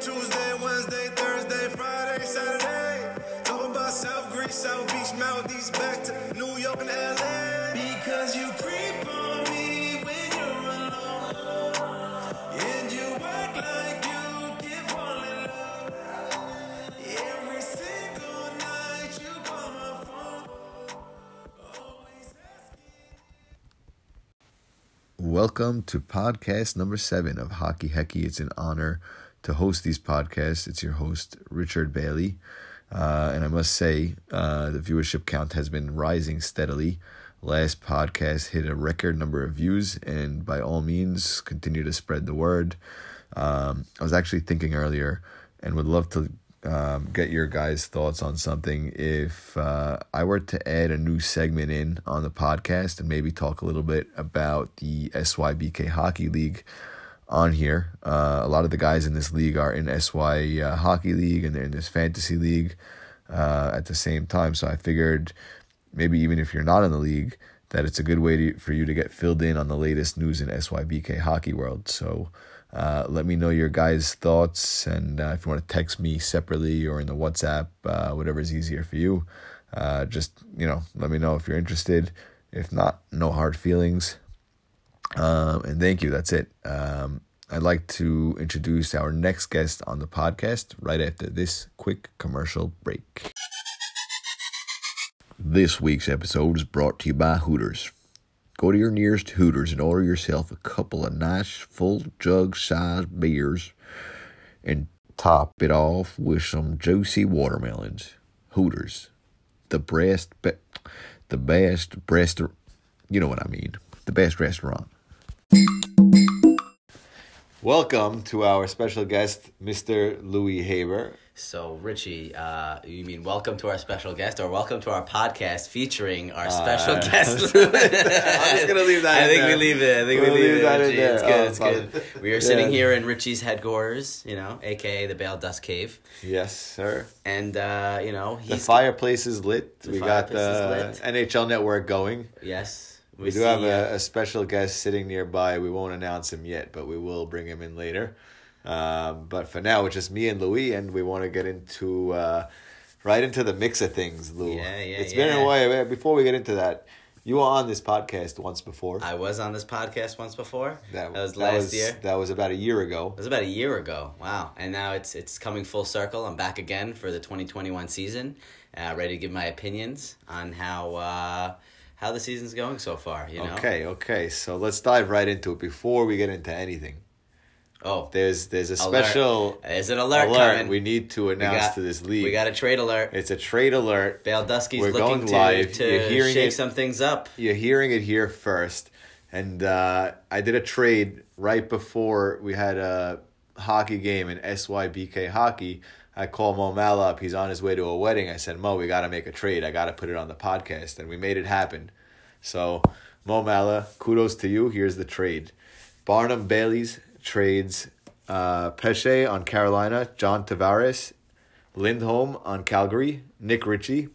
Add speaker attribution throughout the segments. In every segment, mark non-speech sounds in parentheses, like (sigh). Speaker 1: Tuesday, Wednesday, Thursday, Friday, Saturday. Talk about South Greece, South Beach, Mount East, back to New York and LA. Because you creep on me when you're alone. And you act like you can fall in love. Every single night you call my phone. Always asking. Welcome to podcast number seven of Hockey Hecky. It's an honor to host these podcasts. It's your host, Richard Bailey. Uh, and I must say, uh, the viewership count has been rising steadily. Last podcast hit a record number of views, and by all means, continue to spread the word. Um, I was actually thinking earlier and would love to um, get your guys' thoughts on something. If uh, I were to add a new segment in on the podcast and maybe talk a little bit about the SYBK Hockey League on here, uh, a lot of the guys in this league are in SY uh, Hockey League and they're in this fantasy league uh, at the same time. So I figured maybe even if you're not in the league, that it's a good way to, for you to get filled in on the latest news in SYBK hockey world. So uh, let me know your guys' thoughts, and uh, if you want to text me separately or in the WhatsApp, uh, whatever is easier for you. Uh, just you know, let me know if you're interested. If not, no hard feelings. Um, and thank you. That's it. Um, I'd like to introduce our next guest on the podcast right after this quick commercial break. This week's episode is brought to you by Hooters. Go to your nearest Hooters and order yourself a couple of nice full jug sized beers and top it off with some juicy watermelons. Hooters, the breast, be- the best breast, you know what I mean, the best restaurant. Welcome to our special guest, Mr. Louis Haber.
Speaker 2: So, Richie, uh, you mean welcome to our special guest or welcome to our podcast featuring our special
Speaker 1: (laughs)
Speaker 2: guest? I'm just
Speaker 1: Uh, gonna leave that
Speaker 2: I
Speaker 1: in
Speaker 2: think
Speaker 1: there.
Speaker 2: we leave it. I think we
Speaker 1: We'll
Speaker 2: leave,
Speaker 1: leave
Speaker 2: it.
Speaker 1: that in
Speaker 2: Richie.
Speaker 1: there.
Speaker 2: It's
Speaker 1: Oh,
Speaker 2: good. It's
Speaker 1: fine.
Speaker 2: good. (laughs) We are
Speaker 1: Yeah.
Speaker 2: sitting here in Richie's headquarters, you know, aka the Bale Dust Cave,
Speaker 1: Yes, sir.
Speaker 2: and uh, you know
Speaker 1: The
Speaker 2: he's
Speaker 1: fireplace is lit. we got the
Speaker 2: fireplace is
Speaker 1: NHL network going.
Speaker 2: yes.
Speaker 1: We do have a, a special guest sitting nearby. We won't announce him yet, but we will bring him in later. Um, but for now, it's just me and Louis, and we want to get into uh, right into the mix of things, Lou.
Speaker 2: Yeah, yeah,
Speaker 1: It's been a
Speaker 2: yeah.
Speaker 1: while. Before we get into that, you were on this podcast once before.
Speaker 2: I was on this podcast once before. That, was
Speaker 1: that
Speaker 2: last
Speaker 1: was-
Speaker 2: year.
Speaker 1: That was about a year ago.
Speaker 2: It was about a year ago. Wow. And now it's it's coming full circle. I'm back again for the 2021 season, uh, ready to give my opinions on how uh, how the season's going so far, you know.
Speaker 1: Okay, okay. So let's dive right into it before we get into anything.
Speaker 2: Oh,
Speaker 1: There's there's a
Speaker 2: alert.
Speaker 1: special
Speaker 2: There's an alert,
Speaker 1: alert,
Speaker 2: coming.
Speaker 1: we need to
Speaker 2: We
Speaker 1: announce to this league.
Speaker 2: We got a trade alert.
Speaker 1: it's a trade alert.
Speaker 2: Bale Dusky's
Speaker 1: We're going
Speaker 2: looking to,
Speaker 1: live.
Speaker 2: to
Speaker 1: You're hearing
Speaker 2: shake
Speaker 1: it.
Speaker 2: some things up.
Speaker 1: You're hearing it here first. And uh, I did a trade right before we had a hockey game in SYBK hockey. I called Mo Mal up. He's on his way to a wedding. I said, Mo, we got to make a trade. I got to put it on the podcast. And we made it happen. So, Mo Mala, kudos to you. Here's the trade. Barnum Bailey's trades uh, Pesce on Carolina, John Tavares, Lindholm on Calgary, Nick Ritchie,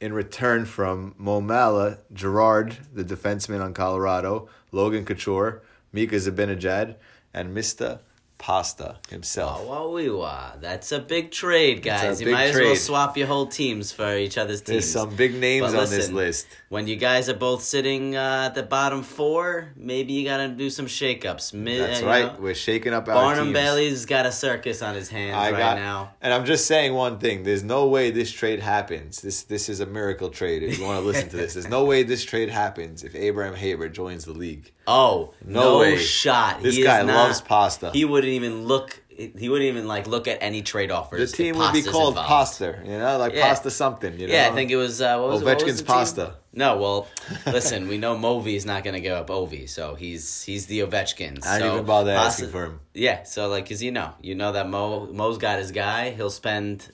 Speaker 1: in return from Momala, Gerard, the defenseman on Colorado, Logan Couture, Mika Zibanejad, and Mr. Pasta himself.
Speaker 2: Oh, Wawiwa. That's a big trade, guys. You
Speaker 1: big
Speaker 2: might as
Speaker 1: trade.
Speaker 2: well swap your whole teams for each other's teams.
Speaker 1: There's some big names
Speaker 2: But
Speaker 1: on this
Speaker 2: listen,
Speaker 1: list.
Speaker 2: When you guys are both sitting uh, at the bottom four, maybe you gotta do some shakeups. Mi-
Speaker 1: That's
Speaker 2: you
Speaker 1: right.
Speaker 2: know,
Speaker 1: We're shaking up our
Speaker 2: Barnum
Speaker 1: teams.
Speaker 2: Bailey's got a circus on his hands
Speaker 1: I
Speaker 2: right
Speaker 1: got,
Speaker 2: now.
Speaker 1: and I'm just saying one thing. There's no way this trade happens. This this is a miracle trade. If you want to listen to this, there's no way this trade happens if Abraham Haber joins the league.
Speaker 2: Oh,
Speaker 1: No
Speaker 2: no,
Speaker 1: way.
Speaker 2: shot.
Speaker 1: This
Speaker 2: He is
Speaker 1: guy
Speaker 2: not-
Speaker 1: loves pasta.
Speaker 2: He wouldn't even look. He wouldn't even like look at any trade offers.
Speaker 1: The
Speaker 2: if
Speaker 1: team would be
Speaker 2: pasta's
Speaker 1: called
Speaker 2: involved.
Speaker 1: Pasta, you know, like
Speaker 2: Yeah.
Speaker 1: Pasta something. You know?
Speaker 2: Yeah, I think it was uh, what was what was
Speaker 1: Ovechkin's
Speaker 2: the team?
Speaker 1: pasta.
Speaker 2: No, well,
Speaker 1: (laughs)
Speaker 2: listen, we know Movi's not going to give up Ovi, so he's he's the Ovechkin.
Speaker 1: I didn't
Speaker 2: so
Speaker 1: even bother
Speaker 2: pasta-
Speaker 1: asking for him.
Speaker 2: Yeah, so like, cause you know, you know that Mo Mo's got his guy. He'll spend,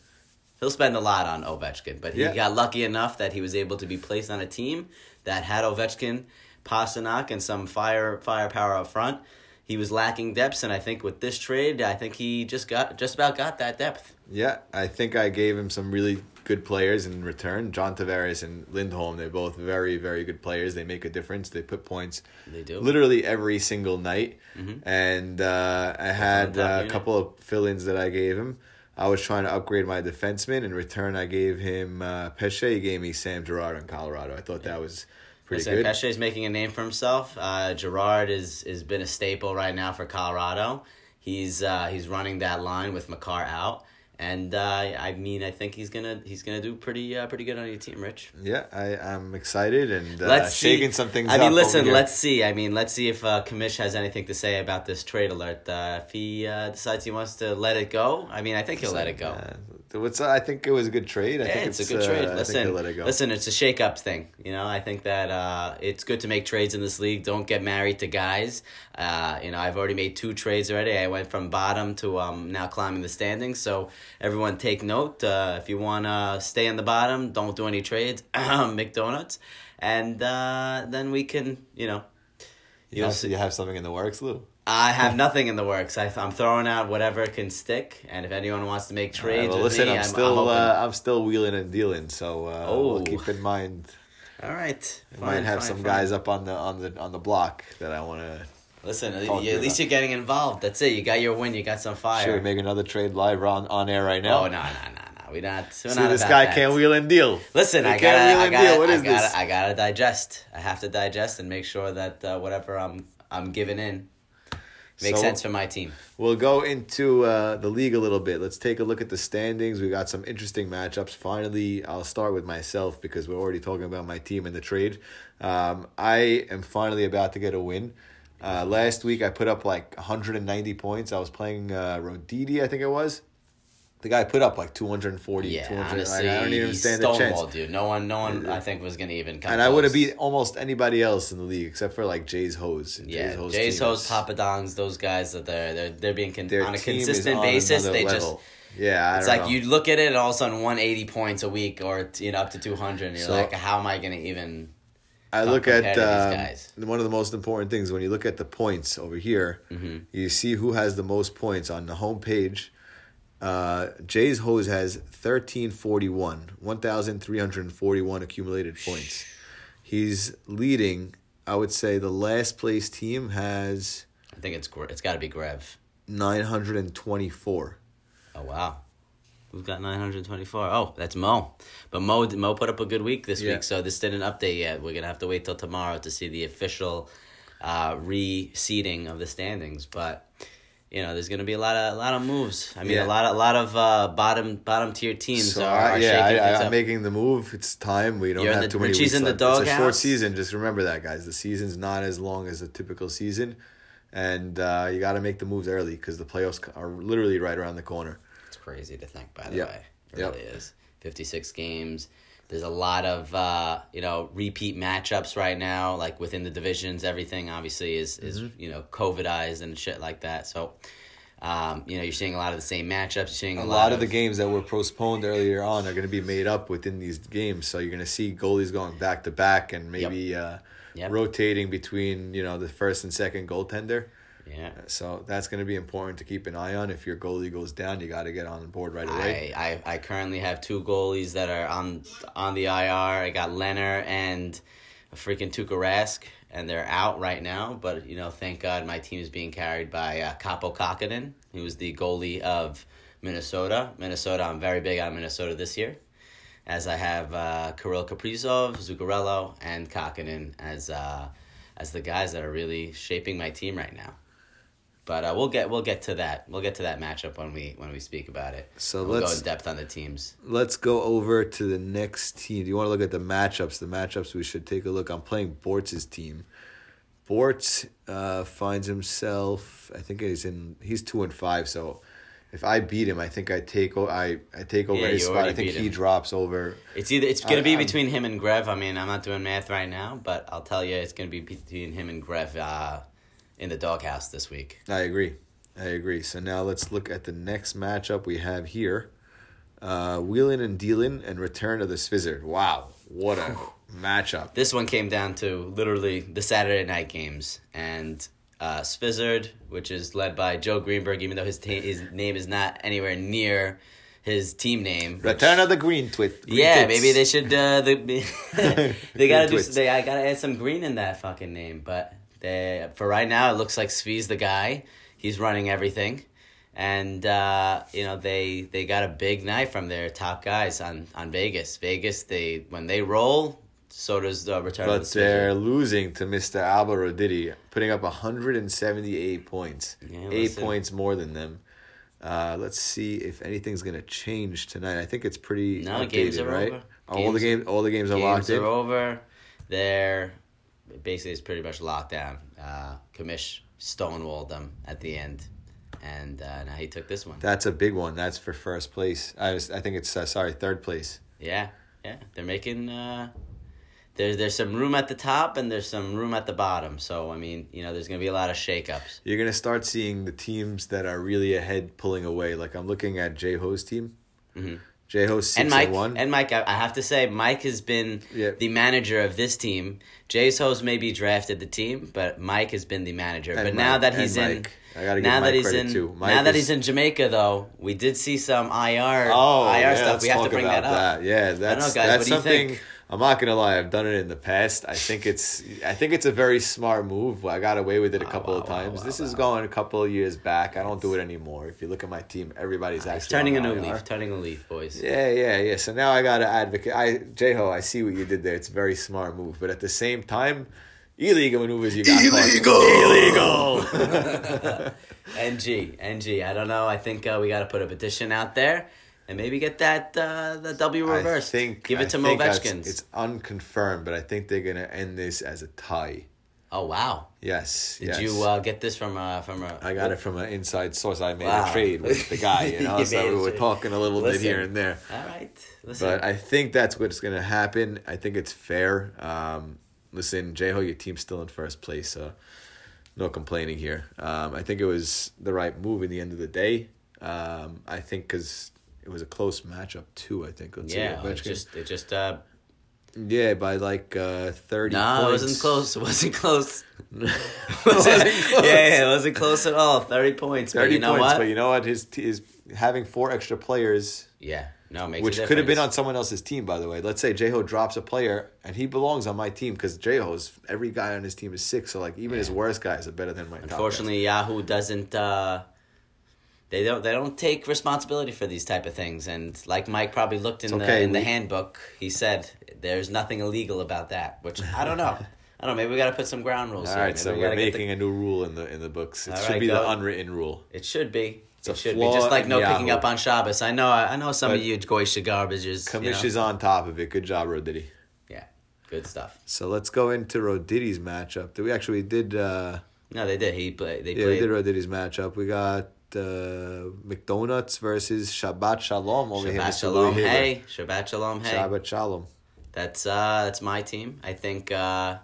Speaker 2: he'll spend a lot on Ovechkin, but he
Speaker 1: Yeah.
Speaker 2: got lucky enough that he was able to be placed on a team that had Ovechkin, Pasternak, and some fire firepower up front. He was lacking depth, and I think with this trade, I think he just got just about got that depth.
Speaker 1: Yeah, I think I gave him some really good players in return. John Tavares and Lindholm, they're both very, very good players. They make a difference. They put points
Speaker 2: They do. Mm-hmm.
Speaker 1: literally every single night. And uh, I had
Speaker 2: the top
Speaker 1: uh, a
Speaker 2: unit.
Speaker 1: couple of fill ins that I gave him. I was trying to upgrade my defenseman. In return, I gave him uh, Pesce. He gave me Sam Gerard in Colorado. I thought that was pretty
Speaker 2: Listen,
Speaker 1: good.
Speaker 2: Pesce is making a name for himself. Uh, Gerard is has been a staple right now for Colorado. He's uh, he's running that line with McCarr out, and uh, I mean I think he's gonna he's gonna do pretty uh, pretty good on your team, Rich.
Speaker 1: Yeah, I, I'm excited and uh,
Speaker 2: Let's see.
Speaker 1: shaking some things
Speaker 2: I
Speaker 1: up
Speaker 2: mean,
Speaker 1: over
Speaker 2: listen.
Speaker 1: here.
Speaker 2: Let's see. I mean, let's see if uh, Kamish has anything to say about this trade alert. Uh, if he uh, decides he wants to let it go, I mean, I think he'll let it go.
Speaker 1: Uh, what's I think it was a good trade. I
Speaker 2: Yeah,
Speaker 1: think
Speaker 2: it's, a good trade.
Speaker 1: uh, I think
Speaker 2: Listen,
Speaker 1: they let it go.
Speaker 2: listen, it's a shake-up thing. You know, I think that uh, it's good to make trades in this league. Don't get married to guys. Uh, you know, I've already made two trades already. I went from bottom to um, now climbing the standings. So everyone, take note. Uh, if you want to stay in the bottom, don't do any trades. (clears throat) McDonald's, and uh, then we can, you know,
Speaker 1: you
Speaker 2: you'll
Speaker 1: have,
Speaker 2: see.
Speaker 1: you have something in the works, Lou.
Speaker 2: I have nothing in the works. I, I'm throwing out whatever can stick, and if anyone wants to make trades,
Speaker 1: Uh, well,
Speaker 2: with
Speaker 1: listen,
Speaker 2: me,
Speaker 1: I'm,
Speaker 2: I'm
Speaker 1: still
Speaker 2: I'm
Speaker 1: I'm,
Speaker 2: open.
Speaker 1: uh, I'm still wheeling and dealing, so uh,
Speaker 2: Oh.
Speaker 1: we'll keep in mind.
Speaker 2: All right,
Speaker 1: I
Speaker 2: fine,
Speaker 1: might have
Speaker 2: fine,
Speaker 1: some
Speaker 2: fine.
Speaker 1: guys up on the on the on the block that I want to.
Speaker 2: Listen,
Speaker 1: Talk
Speaker 2: you,
Speaker 1: to
Speaker 2: at least
Speaker 1: that.
Speaker 2: you're getting involved. That's it. You got your win. You got some fire.
Speaker 1: Should we make another trade live We're on on air right now?
Speaker 2: oh no, no, no, no. We not. We're
Speaker 1: See,
Speaker 2: not
Speaker 1: this
Speaker 2: about
Speaker 1: guy
Speaker 2: that.
Speaker 1: can't wheel and deal.
Speaker 2: Listen,
Speaker 1: He
Speaker 2: I
Speaker 1: can't
Speaker 2: gotta,
Speaker 1: wheel
Speaker 2: I
Speaker 1: and deal.
Speaker 2: gotta,
Speaker 1: What
Speaker 2: I
Speaker 1: is
Speaker 2: gotta,
Speaker 1: this?
Speaker 2: I gotta digest. I have to digest and make sure that uh, whatever I'm, I'm giving in, makes
Speaker 1: So-
Speaker 2: sense for my team.
Speaker 1: We'll go into uh, the league a little bit. Let's take a look at the standings. We got some interesting matchups. Finally, I'll start with myself because we're already talking about my team and the trade. Um, I am finally about to get a win. Uh, last week, I put up like 190 points. I was playing uh, Rodidi, I think it was. The guy put up like 240,
Speaker 2: Yeah,
Speaker 1: 200.
Speaker 2: honestly,
Speaker 1: I don't even
Speaker 2: he
Speaker 1: stand a chance.
Speaker 2: stonewalled you. No one, no one, I think was gonna even come.
Speaker 1: And I would have
Speaker 2: close.
Speaker 1: beat almost anybody else in the league except for like Jay's Hose. and
Speaker 2: Yeah,
Speaker 1: Ho's
Speaker 2: Jay's
Speaker 1: team
Speaker 2: host,
Speaker 1: is-
Speaker 2: Papa Dongs, those guys that they're they're they're being con-
Speaker 1: their
Speaker 2: on a
Speaker 1: team is
Speaker 2: consistent
Speaker 1: on
Speaker 2: basis.
Speaker 1: another
Speaker 2: They
Speaker 1: level.
Speaker 2: just
Speaker 1: yeah, I
Speaker 2: It's
Speaker 1: don't
Speaker 2: like
Speaker 1: know.
Speaker 2: you look at it, and all of a sudden, one eighty points a week, or you know, up to two hundred. You're
Speaker 1: So-
Speaker 2: like, how am I going to even?
Speaker 1: I
Speaker 2: Not
Speaker 1: look at
Speaker 2: compared to these
Speaker 1: um,
Speaker 2: guys.
Speaker 1: one of the most important things when you look at the points over here.
Speaker 2: Mm-hmm.
Speaker 1: You see who has the most points on the home page. Uh, Jay's hose has thirteen forty one, one thousand three hundred forty one accumulated points. He's leading. I would say the last place team has
Speaker 2: I think it's Gre- it's got to be Grev.
Speaker 1: nine hundred and twenty four.
Speaker 2: Oh wow, we've got nine hundred twenty four. Oh, that's Mo, but Mo Mo put up a good week this
Speaker 1: Yeah.
Speaker 2: week, so this didn't update yet. We're gonna have to wait till tomorrow to see the official uh, reseeding of the standings, but. You know, there's going to be a lot of a lot of moves. I mean,
Speaker 1: Yeah.
Speaker 2: a lot of a lot of uh, bottom bottom tier teams
Speaker 1: So
Speaker 2: are,
Speaker 1: I,
Speaker 2: are
Speaker 1: yeah,
Speaker 2: shaking
Speaker 1: I,
Speaker 2: things
Speaker 1: I'm
Speaker 2: up.
Speaker 1: making the move. It's time. We don't
Speaker 2: You're in
Speaker 1: have too
Speaker 2: the-
Speaker 1: many
Speaker 2: Richie's
Speaker 1: weeks
Speaker 2: in the
Speaker 1: left. It's a short
Speaker 2: doghouse.
Speaker 1: season. Just remember that, guys. The season's not as long as the typical season, and uh, you got to make the moves early because the playoffs c- are literally right around the corner.
Speaker 2: It's crazy to think, by the
Speaker 1: Yeah.
Speaker 2: way. It
Speaker 1: Yeah.
Speaker 2: really is. 56 games. There's a lot of, uh, you know, repeat matchups right now, like within the divisions. Everything obviously is, is
Speaker 1: Mm-hmm.
Speaker 2: you know, COVIDized and shit like that. So, um, you know, you're seeing a lot of the same matchups. You're seeing a,
Speaker 1: A lot of the games that were postponed earlier on are going to be made up within these games. So you're going to see goalies going back to back and maybe uh,
Speaker 2: Yep.
Speaker 1: rotating between you know the first and second goaltender.
Speaker 2: Yeah.
Speaker 1: So that's going to be important to keep an eye on. If your goalie goes down, you got to get on board right away.
Speaker 2: I, I, I currently have two goalies that are on on the IR. I got Leonard and a freaking Tuukka Rask, and they're out right now. But you know, thank God my team is being carried by uh, Kapo Kakinen, who was the goalie of Minnesota. Minnesota, I'm very big on Minnesota this year, as I have uh, Kirill Kaprizov, Zuccarello, and Kakinen as uh, as the guys that are really shaping my team right now. But uh, we'll get we'll get to that we'll get to that matchup when we when we speak about it.
Speaker 1: So
Speaker 2: we'll go
Speaker 1: let's-
Speaker 2: in depth on the teams.
Speaker 1: Let's go over to the next team. Do you want to look at the matchups? The matchups we should take a look. I'm playing Bortz's team. Bortz uh, finds himself. I think he's in. He's two and five. So if I beat him, I think I take. o- I I take over
Speaker 2: Yeah,
Speaker 1: his
Speaker 2: you
Speaker 1: spot.
Speaker 2: already
Speaker 1: I think
Speaker 2: beat
Speaker 1: he
Speaker 2: him.
Speaker 1: drops over.
Speaker 2: It's either it's gonna be
Speaker 1: I'm-
Speaker 2: between him and Grev. I mean, I'm not doing math right now, but I'll tell you, it's gonna be between him and Grev uh, in the doghouse this week.
Speaker 1: I agree. I agree. So now let's look at the next matchup we have here. Uh, Wheeling and dealing and return of the Svizzard. Wow, what
Speaker 2: (laughs)
Speaker 1: a matchup!
Speaker 2: This one came down to literally the Saturday night games and uh, Svizzard, which is led by Joe Greenberg, even though his ta- his name is not anywhere near his team name. which-
Speaker 1: Return of the Green Twit. Green
Speaker 2: yeah,
Speaker 1: Tits.
Speaker 2: maybe they should. Uh, they, (laughs) they
Speaker 1: (laughs) Green
Speaker 2: gotta do.
Speaker 1: Twits.
Speaker 2: They I gotta add some green in that fucking name. But they, for right now, it looks like Svi's the guy. He's running everything, and uh, you know they they got a big night from their top guys on on Vegas. Vegas, they when they roll, so does the return. of
Speaker 1: But
Speaker 2: the Smithy.
Speaker 1: they're losing to Mr. Alvaro Diddy, putting up 178 points.
Speaker 2: Yeah,
Speaker 1: Eight
Speaker 2: listen.
Speaker 1: points more than them. Uh, let's see if anything's gonna change tonight. I think it's pretty
Speaker 2: No,
Speaker 1: updated,
Speaker 2: games are
Speaker 1: right?
Speaker 2: over.
Speaker 1: All the game, all the games are locked
Speaker 2: games
Speaker 1: in.
Speaker 2: are over. They're basically it's pretty much locked down. Uh, Commish stonewalled them at the end, and uh, now he took this one.
Speaker 1: That's a big one. That's for first place. I was, I think it's uh, sorry, third place.
Speaker 2: Yeah, yeah. They're making uh there's there's some room at the top and there's some room at the bottom. So I mean, you know, there's gonna be a lot of shakeups.
Speaker 1: You're gonna start seeing the teams that are really ahead pulling away. Like I'm looking at J Ho's team.
Speaker 2: Mhm.
Speaker 1: J Ho's six
Speaker 2: And
Speaker 1: and,
Speaker 2: Mike
Speaker 1: one.
Speaker 2: and Mike, I, I have to say, Mike has been
Speaker 1: Yeah.
Speaker 2: the manager of this team. Jay's host maybe drafted the team, but Mike has been the manager.
Speaker 1: And
Speaker 2: but now
Speaker 1: Mike-
Speaker 2: that
Speaker 1: and
Speaker 2: he's
Speaker 1: Mike.
Speaker 2: in,
Speaker 1: I gotta give
Speaker 2: now
Speaker 1: Mike
Speaker 2: that he's
Speaker 1: credit
Speaker 2: in,
Speaker 1: too. Mike
Speaker 2: now that
Speaker 1: is-
Speaker 2: he's in Jamaica though, we did see some IR
Speaker 1: Oh,
Speaker 2: IR
Speaker 1: yeah,
Speaker 2: stuff.
Speaker 1: let's
Speaker 2: We have to
Speaker 1: talk
Speaker 2: bring
Speaker 1: about
Speaker 2: that up.
Speaker 1: Yeah, that's
Speaker 2: guys,
Speaker 1: that's
Speaker 2: what do you
Speaker 1: something.
Speaker 2: think?
Speaker 1: I'm not gonna lie. I've done it in the past. I think it's I think it's a very smart move. I got away with it a couple
Speaker 2: wow,
Speaker 1: of
Speaker 2: wow,
Speaker 1: times.
Speaker 2: wow,
Speaker 1: this is going a couple of years back. I don't do it anymore. If you look at my team, everybody's actually
Speaker 2: He's turning a
Speaker 1: on
Speaker 2: new
Speaker 1: IR.
Speaker 2: leaf, turning a leaf, boys.
Speaker 1: Yeah, yeah, yeah. So now I gotta advocate. I J Ho, I see what you did there. It's a very smart move, but at the same time, illegal maneuvers you got. Illegal, illegal.
Speaker 2: NG, NG. I don't know. I think uh, we got to put a petition out there and maybe get that uh, the
Speaker 1: (laughs)
Speaker 2: W
Speaker 1: I
Speaker 2: reversed.
Speaker 1: think
Speaker 2: give
Speaker 1: I
Speaker 2: it to
Speaker 1: think that's-
Speaker 2: Movechkins.
Speaker 1: It's unconfirmed, but I think they're gonna end this as a tie.
Speaker 2: oh wow!
Speaker 1: Yes.
Speaker 2: Did
Speaker 1: yes.
Speaker 2: you uh, get this from uh, from a?
Speaker 1: I got it from an inside source. I made a
Speaker 2: Wow.
Speaker 1: trade with the guy, you know,
Speaker 2: You
Speaker 1: so
Speaker 2: made a (laughs)
Speaker 1: we were
Speaker 2: trade.
Speaker 1: talking a little bit
Speaker 2: Listen.
Speaker 1: here and there.
Speaker 2: All right. Listen.
Speaker 1: But I think that's what's going to happen. I think it's fair. Um, listen, J Ho, your team's still in first place, so no complaining here. Um, I think it was the right move in the end of the day. Um, I think because it was a close matchup, too, I think. Let's see,
Speaker 2: yeah, it
Speaker 1: Ovechkin-
Speaker 2: just it just uh,
Speaker 1: yeah, by like uh, 30
Speaker 2: no, it
Speaker 1: points.
Speaker 2: wasn't close. It
Speaker 1: (laughs)
Speaker 2: wasn't close.
Speaker 1: wasn't
Speaker 2: (laughs) Yeah,
Speaker 1: close.
Speaker 2: yeah, it wasn't close at all. Thirty points. 30 but
Speaker 1: 30
Speaker 2: you know
Speaker 1: points,
Speaker 2: what?
Speaker 1: but you know what? His, t- his having four extra players
Speaker 2: yeah. No, it makes a
Speaker 1: which could have been
Speaker 2: difference.
Speaker 1: on someone else's team, by the way. Let's say J-Ho drops a player, and he belongs on my team because J-Ho's every guy on his team is sick. So like even his worst guys are better than my. top guys.
Speaker 2: Unfortunately, Yahoo doesn't. Uh, they don't. They don't take responsibility for these type of things. And like Mike probably looked in
Speaker 1: It's
Speaker 2: the
Speaker 1: okay,
Speaker 2: in the
Speaker 1: we-
Speaker 2: handbook, he said there's nothing illegal about that. Which I don't know. I don't know. Maybe we got to put some ground rules.
Speaker 1: all
Speaker 2: here.
Speaker 1: right,
Speaker 2: Maybe
Speaker 1: so
Speaker 2: we
Speaker 1: we're
Speaker 2: gotta get the-
Speaker 1: making a new rule in the in the books. It
Speaker 2: All
Speaker 1: should
Speaker 2: right,
Speaker 1: be the
Speaker 2: go.
Speaker 1: unwritten rule.
Speaker 2: it should be.
Speaker 1: a
Speaker 2: It should be
Speaker 1: flaw
Speaker 2: just like
Speaker 1: in
Speaker 2: no picking
Speaker 1: Yahoo.
Speaker 2: up on Shabbos. I know. I know some
Speaker 1: But-
Speaker 2: of you Goyish garbagers. You
Speaker 1: Kamish
Speaker 2: know.
Speaker 1: is on top of it. Good job, Roditi.
Speaker 2: Yeah, good stuff.
Speaker 1: So let's go into Roditi's matchup. Did we actually did? Uh,
Speaker 2: No, they did. He played. They
Speaker 1: yeah, we
Speaker 2: played.
Speaker 1: did Roditi's matchup. We got. Uh, McDonuts versus Shabbat Shalom over here.
Speaker 2: Shabbat
Speaker 1: Mr.
Speaker 2: shalom,
Speaker 1: Louis Haber.
Speaker 2: hey. Shabbat shalom, hey.
Speaker 1: Shabbat Shalom.
Speaker 2: That's uh, that's my team. I think uh, I'm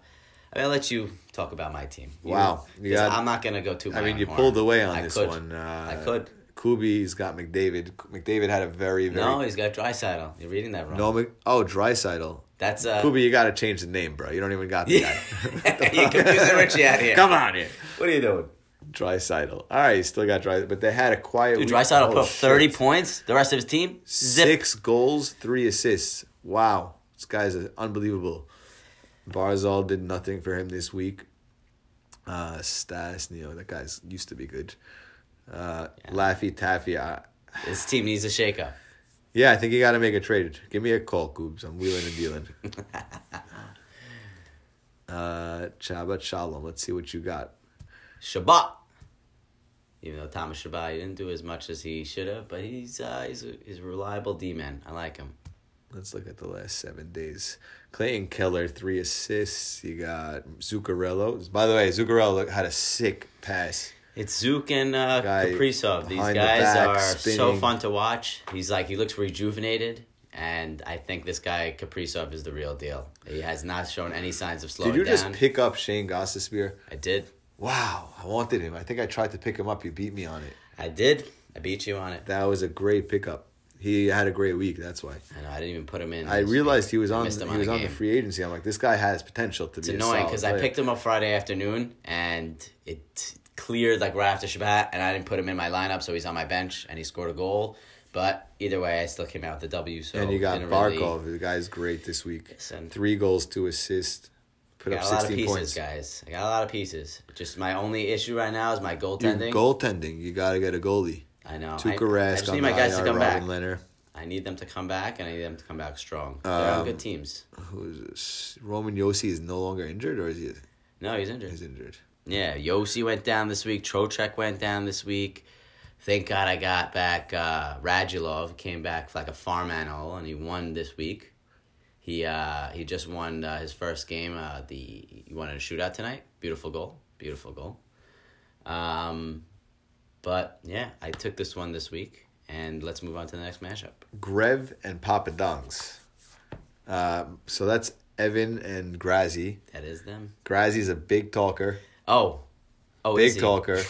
Speaker 2: gonna let you talk about my team. You-
Speaker 1: Wow. You
Speaker 2: 'cause
Speaker 1: got-
Speaker 2: I'm not gonna go too.
Speaker 1: I
Speaker 2: my
Speaker 1: mean,
Speaker 2: own
Speaker 1: you
Speaker 2: horn.
Speaker 1: pulled away on
Speaker 2: I
Speaker 1: this
Speaker 2: could.
Speaker 1: one. Uh,
Speaker 2: I could.
Speaker 1: Kubi's got McDavid. McDavid had a very, very.
Speaker 2: No, he's got dry saddle. You're reading that wrong.
Speaker 1: no Mc, oh, Dreisaitl.
Speaker 2: that's uh,
Speaker 1: Kubi, you got to change the name, bro. You don't even got the guy.
Speaker 2: (laughs)
Speaker 1: (laughs)
Speaker 2: you confusing Richie out here.
Speaker 1: Come on here.
Speaker 2: what are you doing?
Speaker 1: Dreisaitl. All right, you still got Dreisaitl. But they had a quiet
Speaker 2: Dude,
Speaker 1: week.
Speaker 2: dry saddle
Speaker 1: Oh,
Speaker 2: put up
Speaker 1: shit.
Speaker 2: 30 points. The rest of his team, zip.
Speaker 1: Six goals, three assists. Wow. This guy's unbelievable. Barzal did nothing for him this week. Uh, Stasnio, that guy's used to be good. Uh, Laffy Taffy, I,
Speaker 2: His team needs a shakeup.
Speaker 1: Yeah, I think you got to make a trade. Give me a call, Goobs. I'm wheeling and
Speaker 2: (laughs)
Speaker 1: dealing. uh, Shabbat Shalom. Let's see what you got.
Speaker 2: Shabbat. Even though Thomas Shabbat he didn't do as much as he should have, but he's uh, he's a, he's a reliable D man. I like him.
Speaker 1: Let's look at the last seven days. Clayton Keller, three assists. You got Zuccarello. By the way, Zuccarello had a sick pass.
Speaker 2: It's Zook and uh,
Speaker 1: Guy
Speaker 2: Kaprizov. These
Speaker 1: behind the
Speaker 2: guys
Speaker 1: back,
Speaker 2: are so
Speaker 1: spinning.
Speaker 2: fun to watch. He's like he looks rejuvenated, and I think this guy Kaprizov is the real deal. He has not shown any signs of slowing
Speaker 1: Did you just
Speaker 2: down.
Speaker 1: pick up Shane Gossespear?
Speaker 2: I did,
Speaker 1: Wow, I wanted him. I think I tried to pick him up. You beat me on it.
Speaker 2: I did. I beat you on it.
Speaker 1: That was a great pickup. He had a great week. That's why.
Speaker 2: I know I didn't even put him in.
Speaker 1: I realized he was on. He
Speaker 2: missed him on
Speaker 1: was
Speaker 2: the
Speaker 1: on the
Speaker 2: game.
Speaker 1: free agency. I'm like, this guy has potential to
Speaker 2: It's
Speaker 1: be.
Speaker 2: annoying because I
Speaker 1: picked.
Speaker 2: picked him up Friday afternoon, and it cleared like right after Shabbat, and I didn't put him in my lineup, so he's on my bench, and he scored a goal. But either way, I still came out with the W. So
Speaker 1: and you got
Speaker 2: didn't Oh, really-
Speaker 1: Barkov. The guy's great this week.
Speaker 2: Listen.
Speaker 1: Three goals, two assists. Put up
Speaker 2: got a lot of
Speaker 1: 16
Speaker 2: pieces,
Speaker 1: points.
Speaker 2: guys. I got a lot of pieces. Just my only issue right now is my
Speaker 1: Dude,
Speaker 2: goaltending.
Speaker 1: goaltending. You got to get a goalie.
Speaker 2: I know. Oh, I,
Speaker 1: Tuukka
Speaker 2: I
Speaker 1: Rask
Speaker 2: just
Speaker 1: on
Speaker 2: need
Speaker 1: the
Speaker 2: my guys to
Speaker 1: IR,
Speaker 2: come
Speaker 1: Robin
Speaker 2: back.
Speaker 1: Leonard.
Speaker 2: I need them to come back, and I need them to come back strong. They're all
Speaker 1: Um,
Speaker 2: good teams.
Speaker 1: Who's this? Roman Yossi is no longer injured, or is he?
Speaker 2: No, he's injured.
Speaker 1: He's injured.
Speaker 2: Yeah, Yossi went down this week. Trocheck went down this week. Thank God I got back uh, Radulov. Came back like a farm animal, and he won this week. He uh, he just won uh, his first game. Uh, the he won in a shootout tonight. Beautiful goal. Beautiful goal. Um, but yeah, I took this one this week, and let's move on to the next matchup.
Speaker 1: Grev and Papadungs. Um, so that's Evan and Grazi.
Speaker 2: That is them.
Speaker 1: Grazi's a big talker.
Speaker 2: Oh, oh,
Speaker 1: Big
Speaker 2: is he? (laughs)
Speaker 1: talker.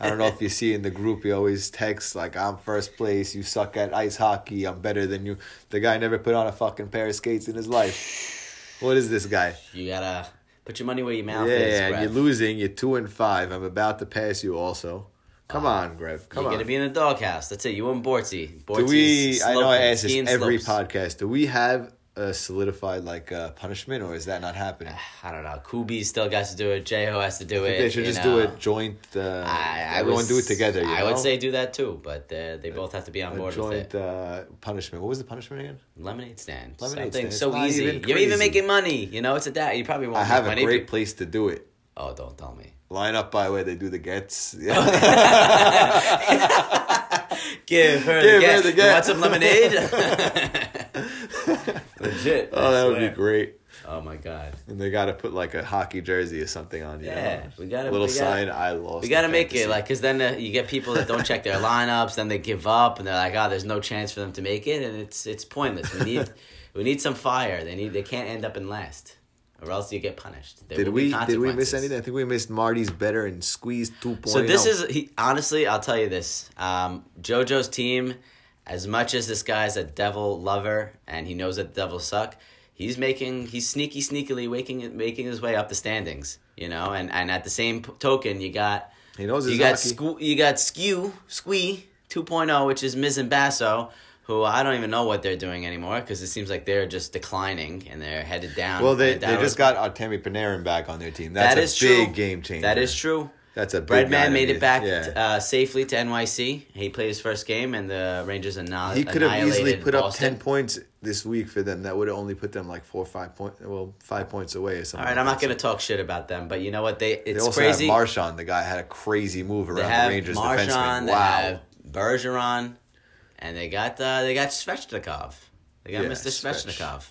Speaker 1: I don't know if you see in the group, he always texts like, "I'm first place. You suck at ice hockey. I'm better than you." The guy never put on a fucking pair of skates in his life. What is this guy?
Speaker 2: You gotta put your money where your mouth
Speaker 1: Yeah,
Speaker 2: is.
Speaker 1: and
Speaker 2: Grev.
Speaker 1: you're losing. You're two and five. I'm about to pass you. Also, come on, Grev. Come
Speaker 2: Ah. You're
Speaker 1: on.
Speaker 2: gonna be in the doghouse. That's it. You want Bortzi. Bortzi's
Speaker 1: do we? I know I
Speaker 2: sloping,
Speaker 1: ask
Speaker 2: skiing
Speaker 1: this every
Speaker 2: slopes.
Speaker 1: podcast. Do we have a solidified like uh, punishment, or is that not happening?
Speaker 2: I don't know. Kubi still got to do it. Jeho has to do it.
Speaker 1: They should
Speaker 2: you
Speaker 1: just
Speaker 2: know.
Speaker 1: do a joint. Uh,
Speaker 2: I, I
Speaker 1: everyone
Speaker 2: was-
Speaker 1: do it together. You
Speaker 2: I
Speaker 1: know?
Speaker 2: would say do that too, but uh, they both have to be on
Speaker 1: a
Speaker 2: board with
Speaker 1: joint
Speaker 2: it.
Speaker 1: uh, punishment. What was the punishment again?
Speaker 2: lemonade stand.
Speaker 1: Lemonade stand.
Speaker 2: Something
Speaker 1: It's
Speaker 2: so
Speaker 1: not
Speaker 2: easy.
Speaker 1: even
Speaker 2: You're even
Speaker 1: crazy.
Speaker 2: making money. You know, it's a dad. You probably won't
Speaker 1: I have
Speaker 2: make
Speaker 1: a
Speaker 2: money.
Speaker 1: great place to do it.
Speaker 2: Oh, don't tell me.
Speaker 1: Line up by where they do the
Speaker 2: (laughs)
Speaker 1: gets. (laughs) Yeah.
Speaker 2: Give her
Speaker 1: Give her
Speaker 2: the get.
Speaker 1: the
Speaker 2: You
Speaker 1: get.
Speaker 2: want
Speaker 1: (laughs)
Speaker 2: some lemonade? Legit.
Speaker 1: oh,
Speaker 2: I
Speaker 1: that would be
Speaker 2: swear.
Speaker 1: great.
Speaker 2: Oh my god.
Speaker 1: And they got to put like a hockey jersey or something on. You
Speaker 2: Yeah,
Speaker 1: know?
Speaker 2: we gotta-
Speaker 1: little
Speaker 2: we gotta-
Speaker 1: sign. I lost.
Speaker 2: We gotta
Speaker 1: the
Speaker 2: make it
Speaker 1: fantasy."
Speaker 2: like, cause then uh, you get people that
Speaker 1: (laughs)
Speaker 2: don't check their lineups, then they give up, and they're like, "Oh, there's no chance for them to make it," and it's it's pointless. We need we need some fire. They need they can't end up in last, or else you get punished. There
Speaker 1: Did
Speaker 2: will be
Speaker 1: we did we miss
Speaker 2: consequences.
Speaker 1: anything? I think we missed Marty's better and squeezed two points.
Speaker 2: So this is he, honestly, I'll tell you this. Um, JoJo's team, as much as this guy's a devil lover and he knows that the devils suck, he's making he's sneaky, sneakily waking making his way up the standings. You know, and and at the same p- token, you got
Speaker 1: He knows
Speaker 2: you
Speaker 1: his
Speaker 2: got
Speaker 1: hockey.
Speaker 2: sque- you got Skew Squee 2.0, oh, which is Miz and Basso. Who I don't even know what they're doing anymore because it seems like they're just declining and they're headed down.
Speaker 1: well, they,
Speaker 2: That
Speaker 1: they
Speaker 2: was-
Speaker 1: just got Artemi Panarin back on their team. That's
Speaker 2: that is
Speaker 1: a big
Speaker 2: true.
Speaker 1: game changer.
Speaker 2: That is true.
Speaker 1: That's a big guy to
Speaker 2: Breadman made
Speaker 1: me.
Speaker 2: it back
Speaker 1: Yeah.
Speaker 2: uh, safely to NYC. He played his first game, and the Rangers annihil-
Speaker 1: he could have easily
Speaker 2: annihilated
Speaker 1: put up
Speaker 2: Boston.
Speaker 1: ten points this week for them. That would have only put them like four, or five point, well, five points away or something.
Speaker 2: All right, I'm not going to talk shit about them, but you know what? They
Speaker 1: They
Speaker 2: it's
Speaker 1: also
Speaker 2: crazy.
Speaker 1: have Marshawn. The guy had a crazy move around
Speaker 2: they have
Speaker 1: the Rangers
Speaker 2: Marchand,
Speaker 1: defenseman.
Speaker 2: they
Speaker 1: Wow.
Speaker 2: have Bergeron, and they got uh, they got Svechnikov. They got
Speaker 1: Yeah,
Speaker 2: Mr.
Speaker 1: Svech.
Speaker 2: Svechnikov.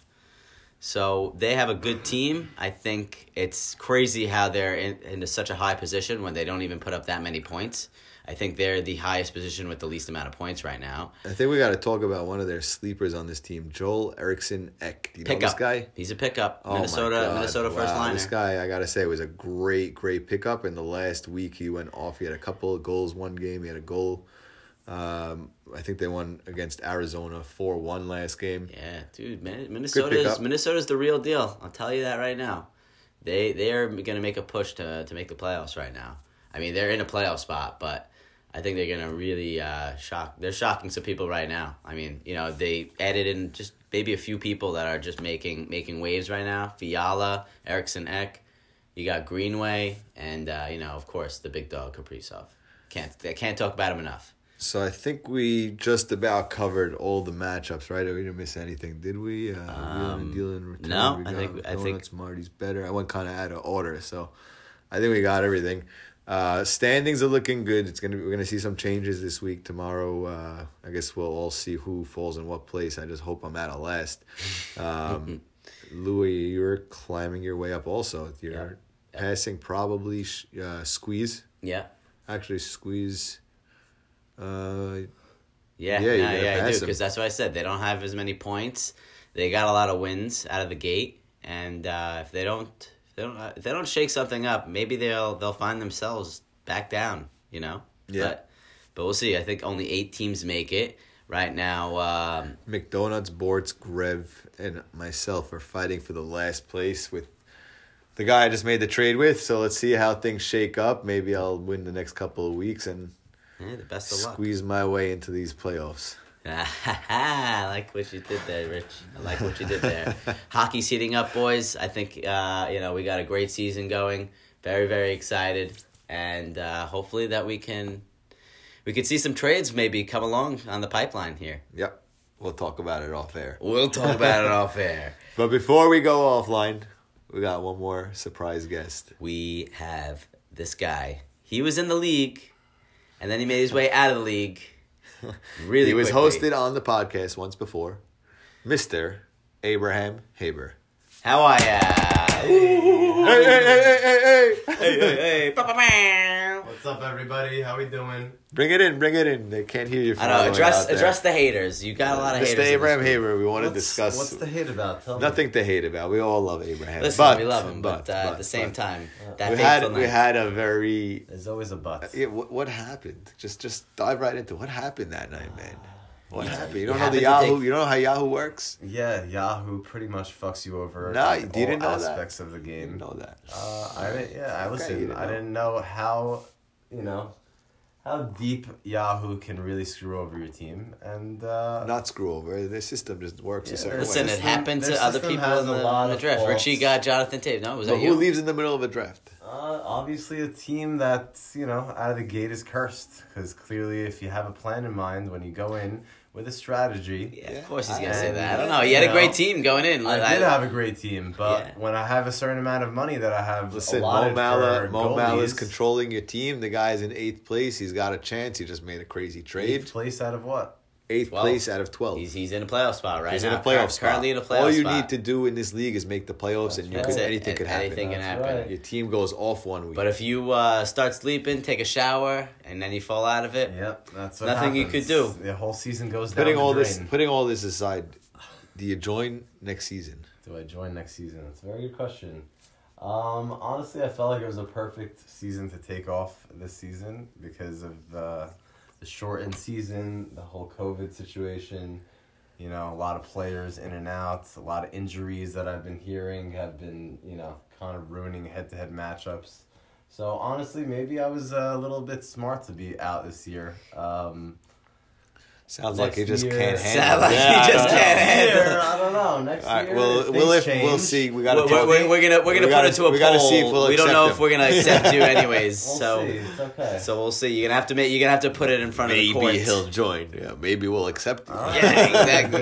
Speaker 2: So they have a good team. I think it's crazy how they're in, into such a high position when they don't even put up that many points. I think they're the highest position with the least amount of points right now.
Speaker 1: I think we got to talk about one of their sleepers on this team, Joel Erickson Eck. Do you know
Speaker 2: Pickup.
Speaker 1: this guy?
Speaker 2: He's a pickup.
Speaker 1: Oh my
Speaker 2: Minnesota
Speaker 1: God.
Speaker 2: Minnesota first
Speaker 1: Wow,
Speaker 2: liner.
Speaker 1: This guy, I gotta say, was a great, great pickup. In the last week, he went off. He had a couple of goals. One game, he had a goal. Um, I think they won against Arizona four one last game.
Speaker 2: Yeah, dude, Min- Minnesota's
Speaker 1: pickup.
Speaker 2: Minnesota's the real deal. I'll tell you that right now. They they are going to make a push to to make the playoffs right now. I mean, they're in a playoff spot, but I think they're going to really uh, shock. They're shocking some people right now. I mean, you know, they added in just maybe a few people that are just making making waves right now. Fiala, Erickson, Eck. You got Greenway, and uh, you know, of course, the big dog Kaprizov. Can't I can't talk about him enough.
Speaker 1: So I think we just about covered all the matchups, right? We didn't miss anything, did we? Uh, um, Dylan, return.
Speaker 2: no,
Speaker 1: we
Speaker 2: I
Speaker 1: got
Speaker 2: think- I
Speaker 1: donuts,
Speaker 2: think-
Speaker 1: Marty's better. I went kind of out of order, so I think we got everything. Uh, standings are looking good. It's gonna we're gonna see some changes this week. Tomorrow, uh, I guess we'll all see who falls in what place. I just hope I'm out of last.
Speaker 2: (laughs)
Speaker 1: Um, Louis, you're climbing your way up. Also, you're passing probably sh- uh, squeeze.
Speaker 2: Yeah.
Speaker 1: Actually, squeeze. Uh,
Speaker 2: Yeah,
Speaker 1: Yeah,
Speaker 2: yeah,
Speaker 1: you
Speaker 2: no,
Speaker 1: gotta
Speaker 2: yeah, I
Speaker 1: pass
Speaker 2: do
Speaker 1: them.
Speaker 2: because that's what I said. They don't have as many points. They got a lot of wins out of the gate, and uh, if they don't, if they don't, uh, if they don't shake something up, maybe they'll they'll find themselves back down. You know.
Speaker 1: Yeah.
Speaker 2: But, but we'll see. I think only eight teams make it right now. Um,
Speaker 1: McDonald's, Bortz, Grev, and myself are fighting for the last place with the guy I just made the trade with. So let's see how things shake up. Maybe I'll win the next couple of weeks and
Speaker 2: eh, the best of luck.
Speaker 1: squeeze my way into these playoffs.
Speaker 2: (laughs) I like what you did there, Rich. I like what you
Speaker 1: (laughs)
Speaker 2: did there. Hockey's heating up, boys. I think uh, you know we got a great season going. Very very excited, and uh, hopefully that we can we could see some trades maybe come along on the pipeline here.
Speaker 1: Yep. We'll talk about it off air.
Speaker 2: We'll talk about it off
Speaker 1: (laughs)
Speaker 2: air.
Speaker 1: But before we go offline, we got one more surprise guest.
Speaker 2: We have this guy. He was in the league, and then he made his way out of the league.
Speaker 1: (laughs)
Speaker 2: Really,
Speaker 1: He was
Speaker 2: quickly.
Speaker 1: hosted on the podcast once before, Mr. Abraham Haber.
Speaker 2: How
Speaker 1: (laughs)
Speaker 2: are ya?
Speaker 1: Hey, hey, hey, hey, hey, hey.
Speaker 3: What's up, everybody? How we doing?
Speaker 1: Bring it in, bring it in. They can't hear you.
Speaker 2: I know. Address address the haters. You got a lot of haters.
Speaker 1: Mr.
Speaker 2: in this
Speaker 1: Abraham Haber, we want to discuss
Speaker 3: What's the hate about? Tell me.
Speaker 1: nothing to hate about. We all love Abraham.
Speaker 2: Listen,
Speaker 1: but,
Speaker 2: we love him, but, uh, at
Speaker 1: but-
Speaker 2: the same
Speaker 1: but
Speaker 2: time, that
Speaker 1: we had
Speaker 2: faithfulness.
Speaker 1: we had a very
Speaker 3: There's always a but.
Speaker 1: yeah, what, what happened? Just just dive right into what happened that night, man. What happened? You don't know
Speaker 2: happened
Speaker 1: the
Speaker 2: to
Speaker 1: Yahoo.
Speaker 2: take-
Speaker 1: You don't know how Yahoo works.
Speaker 3: Yeah, Yahoo pretty much fucks you over.
Speaker 1: No,
Speaker 3: in
Speaker 1: you didn't
Speaker 3: all
Speaker 1: know that.
Speaker 3: aspects of the
Speaker 1: You
Speaker 3: game.
Speaker 1: know that.
Speaker 3: Uh, I didn't, yeah, I listen.
Speaker 1: didn't
Speaker 3: I
Speaker 1: know.
Speaker 3: didn't know how you know how deep Yahoo can really screw over your team, and uh,
Speaker 1: Not screw over. Their system just works a
Speaker 3: Yeah,
Speaker 1: certain
Speaker 2: Listen,
Speaker 1: way.
Speaker 2: it
Speaker 3: System-
Speaker 2: happened
Speaker 3: their
Speaker 2: to other
Speaker 3: system
Speaker 2: people
Speaker 3: has
Speaker 2: in
Speaker 3: a
Speaker 2: the,
Speaker 3: lot
Speaker 2: on the
Speaker 3: of
Speaker 2: draft.
Speaker 3: faults.
Speaker 2: Richie got Jonathan Tape. No, was
Speaker 1: But
Speaker 2: that
Speaker 1: who
Speaker 2: you?
Speaker 1: leaves in the middle of a draft?
Speaker 3: Uh, obviously, a team that's you know out of the gate is cursed because clearly, if you have a plan in mind when you go in with a strategy,
Speaker 2: yeah,
Speaker 1: Yeah.
Speaker 2: of course he's gonna
Speaker 3: I-
Speaker 2: say that. I don't know. He had a
Speaker 3: No.
Speaker 2: great team going in.
Speaker 3: I
Speaker 2: I-
Speaker 3: did have a great team, but
Speaker 2: Yeah.
Speaker 3: when I have a certain amount of money that I have
Speaker 1: Listen, Mo
Speaker 3: allotted
Speaker 1: Mala,
Speaker 3: for
Speaker 1: Mo Mala's
Speaker 3: goalies,
Speaker 1: controlling your team. The guy's in eighth place. He's got a chance. He just made a crazy trade.
Speaker 3: eighth place out of what?
Speaker 1: Eighth
Speaker 2: Twelve.
Speaker 1: place out of twelve.
Speaker 2: he's he's in a playoff spot right
Speaker 1: He's
Speaker 2: now.
Speaker 1: in a playoff
Speaker 2: Cur-
Speaker 1: spot.
Speaker 2: Currently in a playoff
Speaker 1: All you
Speaker 2: spot.
Speaker 1: need to do in this league is make the playoffs, and you
Speaker 3: right.
Speaker 1: could,
Speaker 2: That's it.
Speaker 1: anything
Speaker 2: And
Speaker 1: could happen.
Speaker 2: Anything can
Speaker 3: That's
Speaker 2: happen.
Speaker 3: right.
Speaker 1: Your team goes off one week.
Speaker 2: But if you uh, start sleeping, take a shower, and then you fall out of it,
Speaker 3: Yep, that's what
Speaker 2: Nothing you
Speaker 3: happens.
Speaker 2: could do.
Speaker 3: The whole season goes
Speaker 1: putting
Speaker 3: down the
Speaker 1: all
Speaker 3: drain.
Speaker 1: this, putting all this aside, do you join next season?
Speaker 3: Do I join next season? That's a very good question. Um, honestly, I felt like it was a perfect season to take off this season because of the, the shortened season, the whole COVID situation. You know, a lot of players in and out, a lot of injuries that I've been hearing have been, you know, kind of ruining head to head matchups. So honestly, maybe I was a little bit smart to be out this year. Um,
Speaker 1: Sounds like
Speaker 3: Next
Speaker 1: you just
Speaker 3: year.
Speaker 1: can't
Speaker 3: Sounds
Speaker 1: handle.
Speaker 2: like
Speaker 1: it.
Speaker 2: you
Speaker 1: I
Speaker 2: just
Speaker 1: don't know.
Speaker 2: can't handle
Speaker 3: next year, I don't know. Next
Speaker 1: All right,
Speaker 3: year,
Speaker 1: well,
Speaker 3: if things
Speaker 1: we'll if we'll
Speaker 3: change-
Speaker 1: see. We got
Speaker 2: we're,
Speaker 1: to
Speaker 2: we're, we're, we're gonna we're gonna
Speaker 1: We
Speaker 2: put
Speaker 1: gotta-
Speaker 2: it to a
Speaker 1: we gotta
Speaker 2: poll.
Speaker 1: see if we'll
Speaker 2: we don't
Speaker 1: accept
Speaker 2: know
Speaker 1: him.
Speaker 2: if we're gonna
Speaker 1: (laughs)
Speaker 2: accept you anyways.
Speaker 3: We'll
Speaker 2: so
Speaker 3: see. It's okay.
Speaker 2: so we'll see. You're gonna have to make you're gonna have to put it in front of the court.
Speaker 1: Maybe he'll join. Yeah, maybe we'll accept you.
Speaker 3: All
Speaker 2: Yeah, exactly.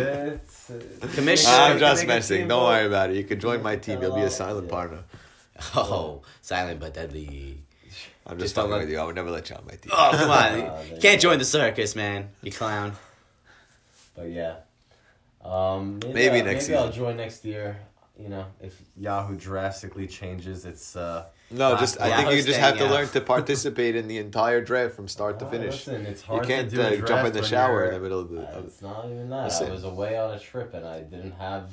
Speaker 1: (laughs)
Speaker 3: It's, uh, (laughs)
Speaker 2: Commissioner-
Speaker 1: I'm
Speaker 2: Sure.
Speaker 1: just
Speaker 3: Make a
Speaker 1: messing.
Speaker 3: team
Speaker 1: Don't
Speaker 3: vote.
Speaker 1: worry about it. You can join my
Speaker 3: Make
Speaker 1: team.
Speaker 3: a
Speaker 1: You'll be a
Speaker 3: lot.
Speaker 1: silent
Speaker 3: Yeah.
Speaker 1: partner.
Speaker 2: (laughs) Oh, (laughs) silent but deadly.
Speaker 1: I'm
Speaker 2: Just
Speaker 1: just
Speaker 2: don't
Speaker 1: fucking
Speaker 2: let-
Speaker 1: with you. I would never let you on my team.
Speaker 2: Oh come (laughs)
Speaker 3: Ah,
Speaker 2: on,
Speaker 3: there
Speaker 2: you
Speaker 3: you
Speaker 2: can't
Speaker 3: go.
Speaker 2: join the circus, man. You clown.
Speaker 3: But yeah, um, maybe,
Speaker 1: Maybe
Speaker 3: I'll,
Speaker 1: next
Speaker 3: maybe I'll
Speaker 1: season.
Speaker 3: join next year. You know, if Yahoo drastically changes its uh,
Speaker 1: (laughs) No,
Speaker 3: Black-
Speaker 1: just I
Speaker 2: yeah,
Speaker 1: think
Speaker 2: I
Speaker 1: you
Speaker 2: was
Speaker 1: just
Speaker 2: saying,
Speaker 1: have to
Speaker 2: yeah.
Speaker 3: uh,
Speaker 1: learn to participate in the entire draft from start to
Speaker 3: Oh,
Speaker 1: finish.
Speaker 3: Listen, it's
Speaker 1: You
Speaker 3: hard
Speaker 1: can't
Speaker 3: to do a
Speaker 1: uh, jump in
Speaker 3: draft
Speaker 1: the
Speaker 3: when
Speaker 1: shower in
Speaker 3: you're-
Speaker 1: the middle of the.
Speaker 3: Uh,
Speaker 1: of-
Speaker 3: It's not even that.
Speaker 1: Listen.
Speaker 3: I was away on a trip and I didn't have,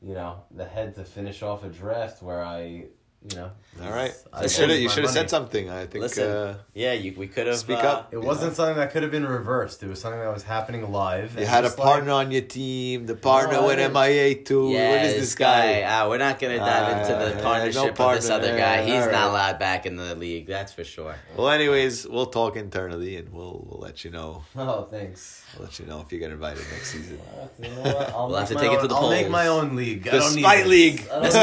Speaker 3: you know, the head to finish off a draft where I, you know.
Speaker 1: All right,
Speaker 3: I
Speaker 1: you
Speaker 3: lost
Speaker 1: should have you
Speaker 3: my
Speaker 1: should have
Speaker 3: money.
Speaker 1: said something. I think.
Speaker 2: Listen,
Speaker 1: uh,
Speaker 2: yeah, you, we could have
Speaker 1: speak
Speaker 2: uh,
Speaker 1: up.
Speaker 3: It wasn't something that could have been reversed. It was something that was happening live.
Speaker 1: You
Speaker 3: and
Speaker 1: had a
Speaker 3: just like-
Speaker 1: partner on your team. The partner
Speaker 3: No, I
Speaker 1: went
Speaker 3: didn't.
Speaker 1: MIA too.
Speaker 2: Yeah,
Speaker 1: what is this guy?
Speaker 2: Ah, we're not gonna dive
Speaker 1: Ah,
Speaker 2: into
Speaker 1: yeah,
Speaker 2: the
Speaker 1: no
Speaker 2: partnership of this
Speaker 1: partner,
Speaker 2: other
Speaker 1: yeah,
Speaker 2: guy. He's
Speaker 1: all right.
Speaker 2: not allowed back in the league. That's for sure.
Speaker 1: Well, anyways, we'll talk internally and we'll we'll let you know.
Speaker 3: Oh, thanks.
Speaker 1: We'll let you know if you get invited next season.
Speaker 3: You know what? I'll
Speaker 2: We'll have
Speaker 3: make
Speaker 2: to
Speaker 3: my
Speaker 2: take it
Speaker 3: own-
Speaker 2: to the
Speaker 3: I'll make
Speaker 2: polls.
Speaker 3: my own league. I
Speaker 1: The
Speaker 3: don't need
Speaker 1: Spite
Speaker 3: this.
Speaker 1: League.
Speaker 3: I don't, need this.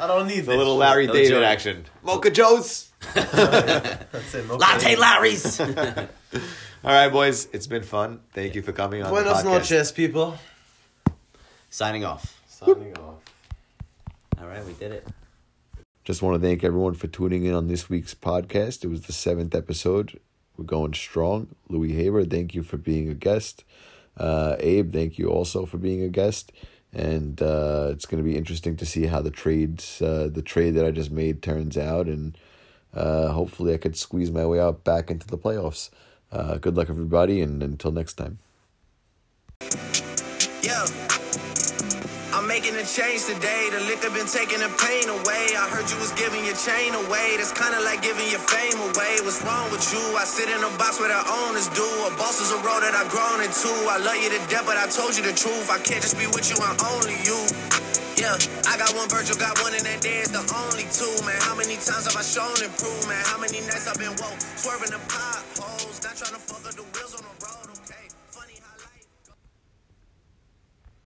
Speaker 3: I don't need
Speaker 1: The
Speaker 3: this
Speaker 1: little
Speaker 3: shit.
Speaker 1: Larry
Speaker 2: No
Speaker 1: David
Speaker 2: joke.
Speaker 1: action. Mocha Joe's.
Speaker 3: That's it.
Speaker 2: Latte Larry's.
Speaker 1: All right, boys, it's been fun. Thank you for coming on the
Speaker 3: Buenos
Speaker 1: podcast.
Speaker 3: noches, people.
Speaker 2: (laughs) Signing off.
Speaker 3: Signing off.
Speaker 2: All right, we did it.
Speaker 4: Just want to thank everyone for tuning in on this week's podcast. It was the seventh episode. We're going strong. Louis Haber, thank you for being a guest. Uh, Abe, thank you also for being a guest. And uh, it's going to be interesting to see how the trades, uh, the trade that I just made, turns out, and uh, hopefully I could squeeze my way out back into the playoffs. Uh, good luck, everybody, and until next time.
Speaker 5: Yeah. I'm making a change today. The liquor been taking the pain away. I heard you was giving your chain away. That's kinda like giving your fame away. What's wrong with you? I sit in a box where the owners do. A boss is a role that I've grown into. I love you to death, but I told you the truth. I can't just be with you, I'm only you. Yeah, I got one Virgil, got one in that day is the only two, man. How many times have I shown and proved, man? How many nights I've been woke, swerving the potholes, not trying to fuck.